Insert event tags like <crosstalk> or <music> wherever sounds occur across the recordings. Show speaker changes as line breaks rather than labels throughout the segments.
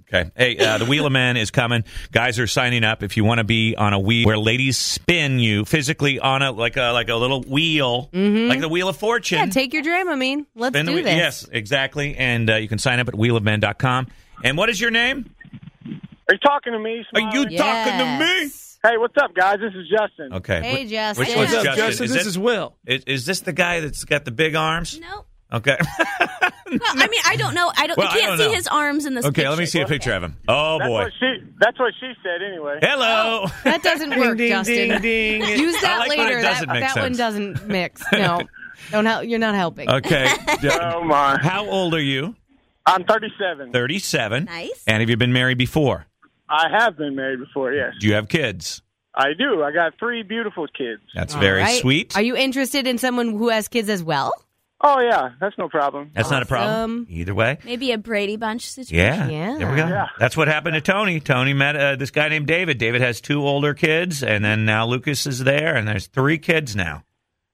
Okay. Hey, uh, the Wheel of Men is coming. Guys are signing up. If you want to be on a wheel where ladies spin you physically on a like a like a little wheel, like the Wheel of Fortune.
Mm-hmm. Yeah, take your Dramamine. Let's
Spin the
do
wheel-
this.
Yes, exactly. And uh, you can sign up at wheelofmen.com. And what is your name?
Are you talking to me?
Are you
Smiley?
talking to me?
Yes.
Hey, what's up, guys? This is Justin.
Okay.
Hey,
Wh-
Justin.
Which
Hey,
one's
What's up,
Justin?
Justin?
Is,
This
it-
is Will.
is, is this the guy that's got the big arms?
Nope.
<laughs>
Okay.
Well, I mean, I don't know. I don't.
Well, I
you can't
don't
see
know.
his arms in this.
okay,
picture.
let me see a picture of him. Oh,
That's
boy.
what she. That's what she said. Anyway.
<laughs> Hello. <laughs>
That doesn't work, Oh. Justin. Use
I
that
like when it
later.
doesn't
That,
make
that one
sense.
doesn't mix.
<laughs>
No, don't help. You're not helping.
Okay.
<laughs>
Oh my.
How old are you?
I'm 37.
37.
Nice.
And have you been married before?
I have been married before. Yes,
Do you have kids?
I do. I got three beautiful kids.
That's
All
very
right.
sweet.
Are you interested in someone who has kids as well?
Oh yeah, that's no problem.
That's not a problem.
Awesome.
Either way.
Maybe a Brady Bunch
Yeah.
situation.
Yeah.
There we go.
Yeah.
That's what happened to Tony. Tony met uh, this guy named David. David has two older kids, and then now Lucas is there, and there's three kids now.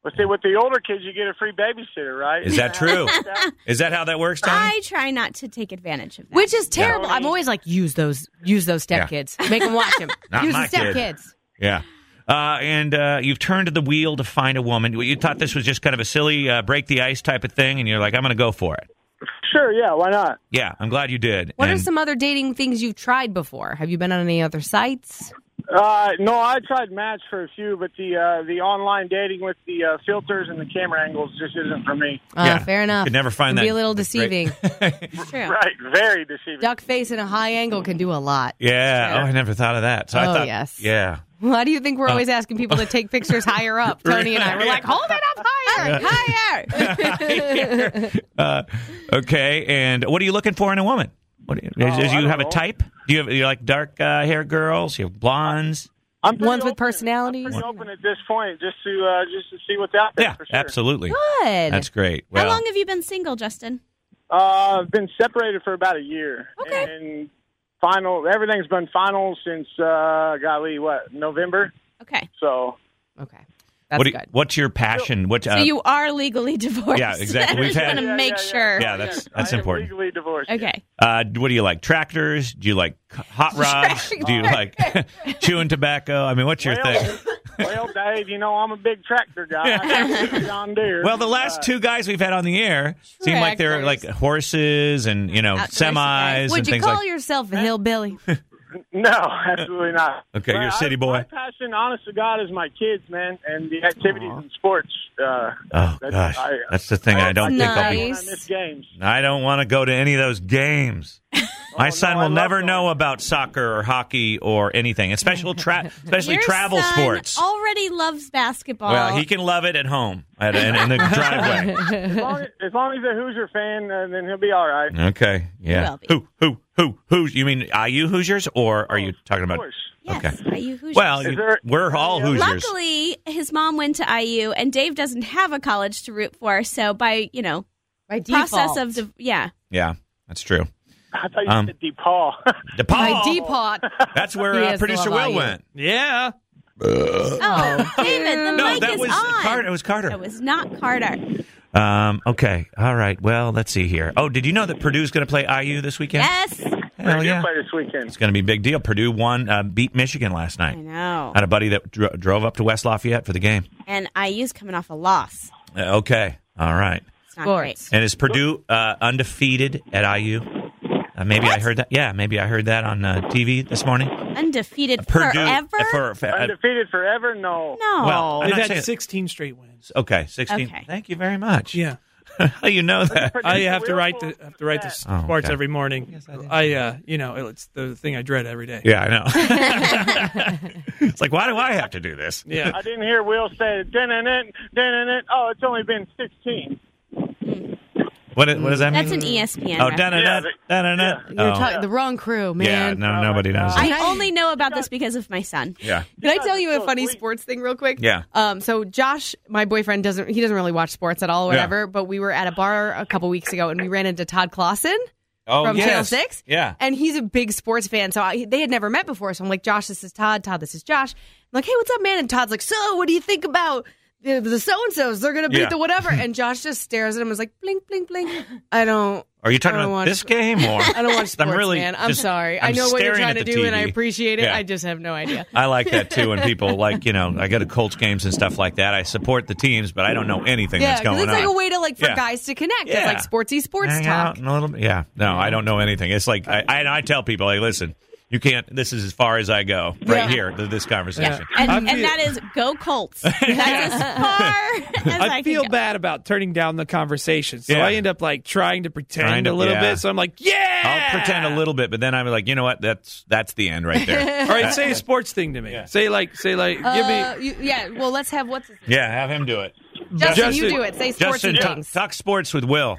Let's see. With the older kids, you get a free babysitter, right?
Is that
<laughs>
true?
Yeah.
Is that how that works, Tony?
I try not to take advantage of that.
Which is terrible. I'm always like, use those, use those
Yeah.
step kids. Make them watch them.
<laughs> Not
use
my
the step
kid.
kids.
Yeah. Uh, and uh, you've turned to the wheel to find a woman. You thought this was just kind of a silly uh, break the ice type of thing, and you're like, I'm going to go for it.
Sure. Yeah. Why not?
Yeah, I'm glad you did.
What
and
are some other dating things you've tried before? Have you been on any other sites?
Uh, no, I tried Match for a few, but the uh, the online dating with the uh, filters and the camera angles just isn't for me.
Uh,
Yeah.
fair enough.
Could never find
Can
that
Be a little
great-
deceiving.
<laughs>
Right. Very deceiving.
Duck face in a high angle can do a lot.
Yeah. Oh, I never thought of that. So I
Oh,
thought,
yes.
Yeah.
Why do you think we're
Uh,
always asking people
<laughs>
to take pictures higher up? Tony and I were like, hold it up higher,
<laughs>
higher.
Uh, okay. And what are you looking for in a woman? What do you, is-
Oh,
is
I
you
don't
have a
know.
type? Do you have you like dark uh, hair girls? You have blondes?
I'm pretty
Ones with
open.
personalities.
I'm pretty open at this point, just to uh, just to see what's out there.
Yeah,
for sure.
absolutely.
Good.
That's great.
How
Well,
long have you been single, Justin?
Uh, I've been separated for about a year.
Okay.
And final, everything's been final since uh, golly, what November?
Okay.
So
okay. That's
what do you-
good.
what's your passion? What? Uh,
so you are legally <laughs> divorced.
yeah, exactly.
I
We've
<laughs> just
had-
want to make sure.
Yeah, that's-
I
that's
am
important.
Legally divorced.
Okay.
uh, what do you like? Tractors? Do you like c- hot rods? do you
<laughs>
like chewing tobacco? I mean, what's your thing?
Well, <laughs> well, Dave, you know I'm a big tractor guy. I got a John Deere.
Well, the last
Uh,
two guys we've had on the air seem like they're like
Tractors.
horses and you know
Outdoor supplies.
semis and
Would you
things
call
like.
yourself a
<laughs>
hillbilly?
No, absolutely not.
Okay, you're a
I-
city boy.
My passion, honest to God, is my kids, man, and the activities and sports. Uh,
oh
that's-
gosh,
I-
that's the thing. I don't think I'll be
Nice.
I miss games.
I don't want to go to any of those
<laughs>
games.
Oh,
My
no,
son
I
will
love
never
going.
know about soccer or hockey or anything, especially tra- especially
<laughs> Your
travel
son
sports.
Already loves basketball.
well, he can love it at home at, in, in the
<laughs>
driveway.
As long as, as long as he's a Hoosier fan, uh, then he'll be all right.
Okay, yeah.
will be.
Who who who who's? You mean IU Hoosiers or are you talking
Of
about?
course.
Yes.
Okay.
Are you Hoosiers?
Well,
Is
you,
there-
we're all
Yeah.
Hoosiers.
Luckily, his mom went to IU, and Dave doesn't have a college to root for. So by you know
By
process of div- yeah,
Yeah, that's true.
<laughs> I thought you
Um,
said <laughs> DePaul.
by
DePaul.
depot.
That's where
He
uh,
has to
producer
love
Will
IU.
went.
Yeah.
Oh, David, the
No,
mic
that
is
was
on.
Carter. It was Carter.
It was not Carter.
Um, okay. All right. Well, let's see here. Oh, did you know that Purdue's going to play IU this weekend?
Yes.
Hell
They do
yeah.
play this weekend.
It's going to be a big deal. Purdue won, uh, beat Michigan last
I
night.
know.
I had a buddy that dro- drove up to West Lafayette for the game.
And IU's coming off a loss.
Uh, okay. All right.
It's not
Sports.
And is Purdue uh, undefeated at IU? Uh, maybe I heard that. Yeah, maybe I heard that on uh, TV this morning.
great. Undefeated
Purdue
forever?
uh, for- for- uh,
Undefeated forever? No.
no.
Well, I'm
They've
not
had
saying-
16 straight wins.
okay, sixteen.
Okay.
Thank you very much.
Yeah.
How do you know that?
I Oh, have to write the have to write the
Oh, okay.
sports every morning. I uh, you know, it's the thing I dread every day.
Yeah, I know. it's like, why do I have to do this?
Yeah.
I didn't hear Will say dun-dun-dun, dun-dun-dun. Oh, it's only been 16.
What, what does that mean?
That's an E ESPN.
Oh,
reference.
dun
Yeah,
dun
they-
dun dun.
You're talking the wrong crew,
Oh. Yeah,
man.
no, nobody knows.
I only know about this because of my son.
yeah,
Can I tell you a
so
funny
sweet.
sports thing real quick?
Yeah.
Um, so Josh, my boyfriend doesn't he doesn't really watch sports at all or
Yeah.
whatever, but we were at a bar a couple weeks ago and we ran into Todd Clausen.
oh,
from
yes.
Channel Six.
Yeah,
and he's a big sports fan, so I, they had never met before. So I'm like, Josh, this is Todd. Todd, this is Josh. I'm like, hey, what's up, man? And Todd's like, so what do you think about
the- the so and so's, they're gonna beat
Yeah.
the
<laughs>
whatever. And Josh just stares at him and is like, blink, blink, blink. I don't.
Are you talking
I don't
about
watch-
this
<laughs>
game or?
I don't watch
<laughs> I'm
sports,
really
man. I'm
just-
sorry. i
I'm
know what you're
staring
trying to
at the
do, and I
TV.
appreciate it.
Yeah.
I just have no
<laughs>
idea.
I like that too when people like, you know, I go to Colts games and stuff like that. I support the teams, but I don't know anything
Yeah,
that's
'cause
going
it's like
on.
a way to like for
Yeah.
guys to connect.
Yeah.
It's like sportsy sports
Hang
talk.
out and a little bit- Yeah. No, I don't know anything. It's like I, I, and I tell people, hey, listen, you can't. This is as far as I go right
Yeah.
here. th- This conversation.
I
And,
feel-
and that is go
<laughs>
Colts. That's as far as I,
I feel
can go.
bad about turning down the conversation, so
Yeah.
I end up like trying to pretend
Trying to-
a little
yeah.
bit. So I'm like, yeah,
I'll pretend a little bit, but then I'm like, you know what? That's that's the end right
<laughs>
there.
All right, say a sports thing to me. Say like, say like,
Uh,
give me.
you, yeah, well, let's have what's his
yeah, have him do it.
Justin,
Justin-
you do it. Say sports
Justin,
and
talk,
things.
talk sports with Will.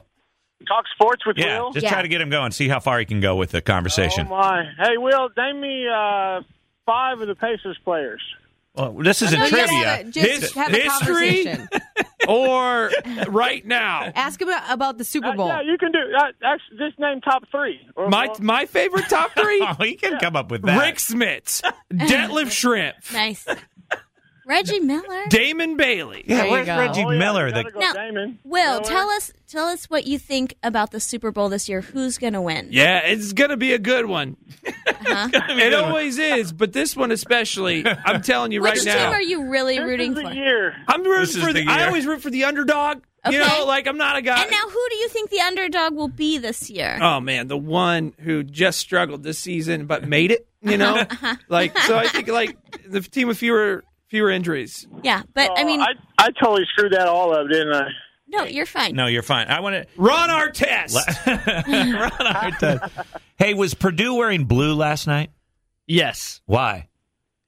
Talk sports with
Yeah,
Will.
just
Yeah.
try to get him going. See how far he can go with the
oh
conversation.
my! Hey, Will, name me uh, five of the Pacers players.
well, this isn't
No, you
trivia.
gotta have a- just
His-
have a
history?
conversation.
or right
<laughs>
now.
Ask him about the
Uh,
Super Bowl.
yeah, you can do. Uh, actually, just name top three. Or-
My
or-
my favorite top three:
<laughs> oh, he can come up with <laughs> that.
Rick Smits, Detlef Shrimp,
<laughs> Nice. Reggie Miller.
Damon Bailey.
yeah,
There you
where's
go.
Reggie
Oh, yeah,
Miller?
you
The,
gotta go
Now,
Damon.
Will,
Miller.
tell us tell us what you think about the Super Bowl this year. Who's going to win?
Yeah, it's gonna be a good one. <laughs> it always is, but this one especially. I'm telling you
Which
right
team
now.
are you really
This
rooting
is
for?
the year.
I'm
This
rooting
is
for. The,
the
I
year.
always root for the underdog. You
Okay.
know, like I'm not a guy.
And now, who do you think the underdog will be this year?
oh man, the one who just struggled this season but made it.
<laughs>
You know,
Uh-huh.
like so. I think like the team with fewer fewer injuries.
yeah, but I mean,
Oh, I, I totally screwed that all up, didn't I?
no, you're fine.
no, you're fine. I <laughs> want to.
Ron Artest.
<laughs> Hey, was Purdue wearing blue last night?
Yes,
Why?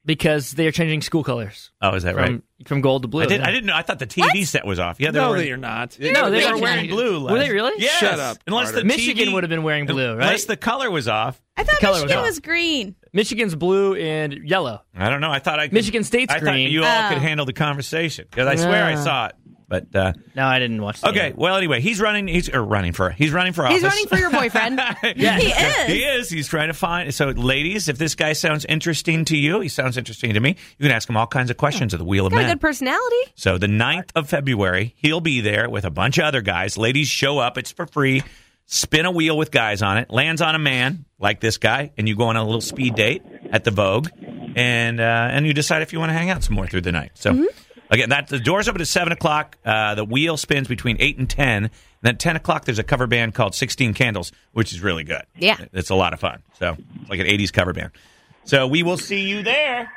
because they are changing school colors
Oh, is that
from
right?
from gold to blue.
I did.
yeah.
I didn't know. I thought the TV set was off. Yeah, they
no,
were.
they are not.
No, they
they were
were
wearing
changing.
blue. Last
Were they really?
Yes.
Shut up,
Unless the
Carter.
Michigan
TV
would have been wearing blue, right?
Unless the color was off.
I thought
Color
Michigan
was
was green.
Michigan's blue and yellow.
I don't know. I thought I could,
Michigan State's
I thought
green.
you all could handle the conversation because I swear I
Ah.
saw it. But uh,
No, I didn't watch. The
okay.
game.
Well, anyway, he's running. He's or running for. He's running for office.
He's running
<laughs>
for your
<laughs>
boyfriend.
Yes.
He is.
He is. He's trying to find. So, ladies, if this guy sounds interesting to you, he sounds interesting to me. You can ask him all kinds of questions at the Wheel of
Got a
Men.
good personality.
So the 9th of February, he'll be there with a bunch of other guys. Ladies show up, it's for free. Spin a wheel with guys on it, lands on a man like this guy, and you go on a little speed date at the Vogue, and uh, and you decide if you want to hang out some more through the night. So again, that the doors open at seven o'clock. Uh, the wheel spins between eight and ten. And then at ten o'clock, there's a cover band called Sixteen Candles, which is really good.
Yeah.
it's a lot of fun. So it's like an '80s cover band. So we will see you there.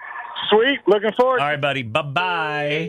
Sweet. Looking forward.
All right, buddy. Bye bye.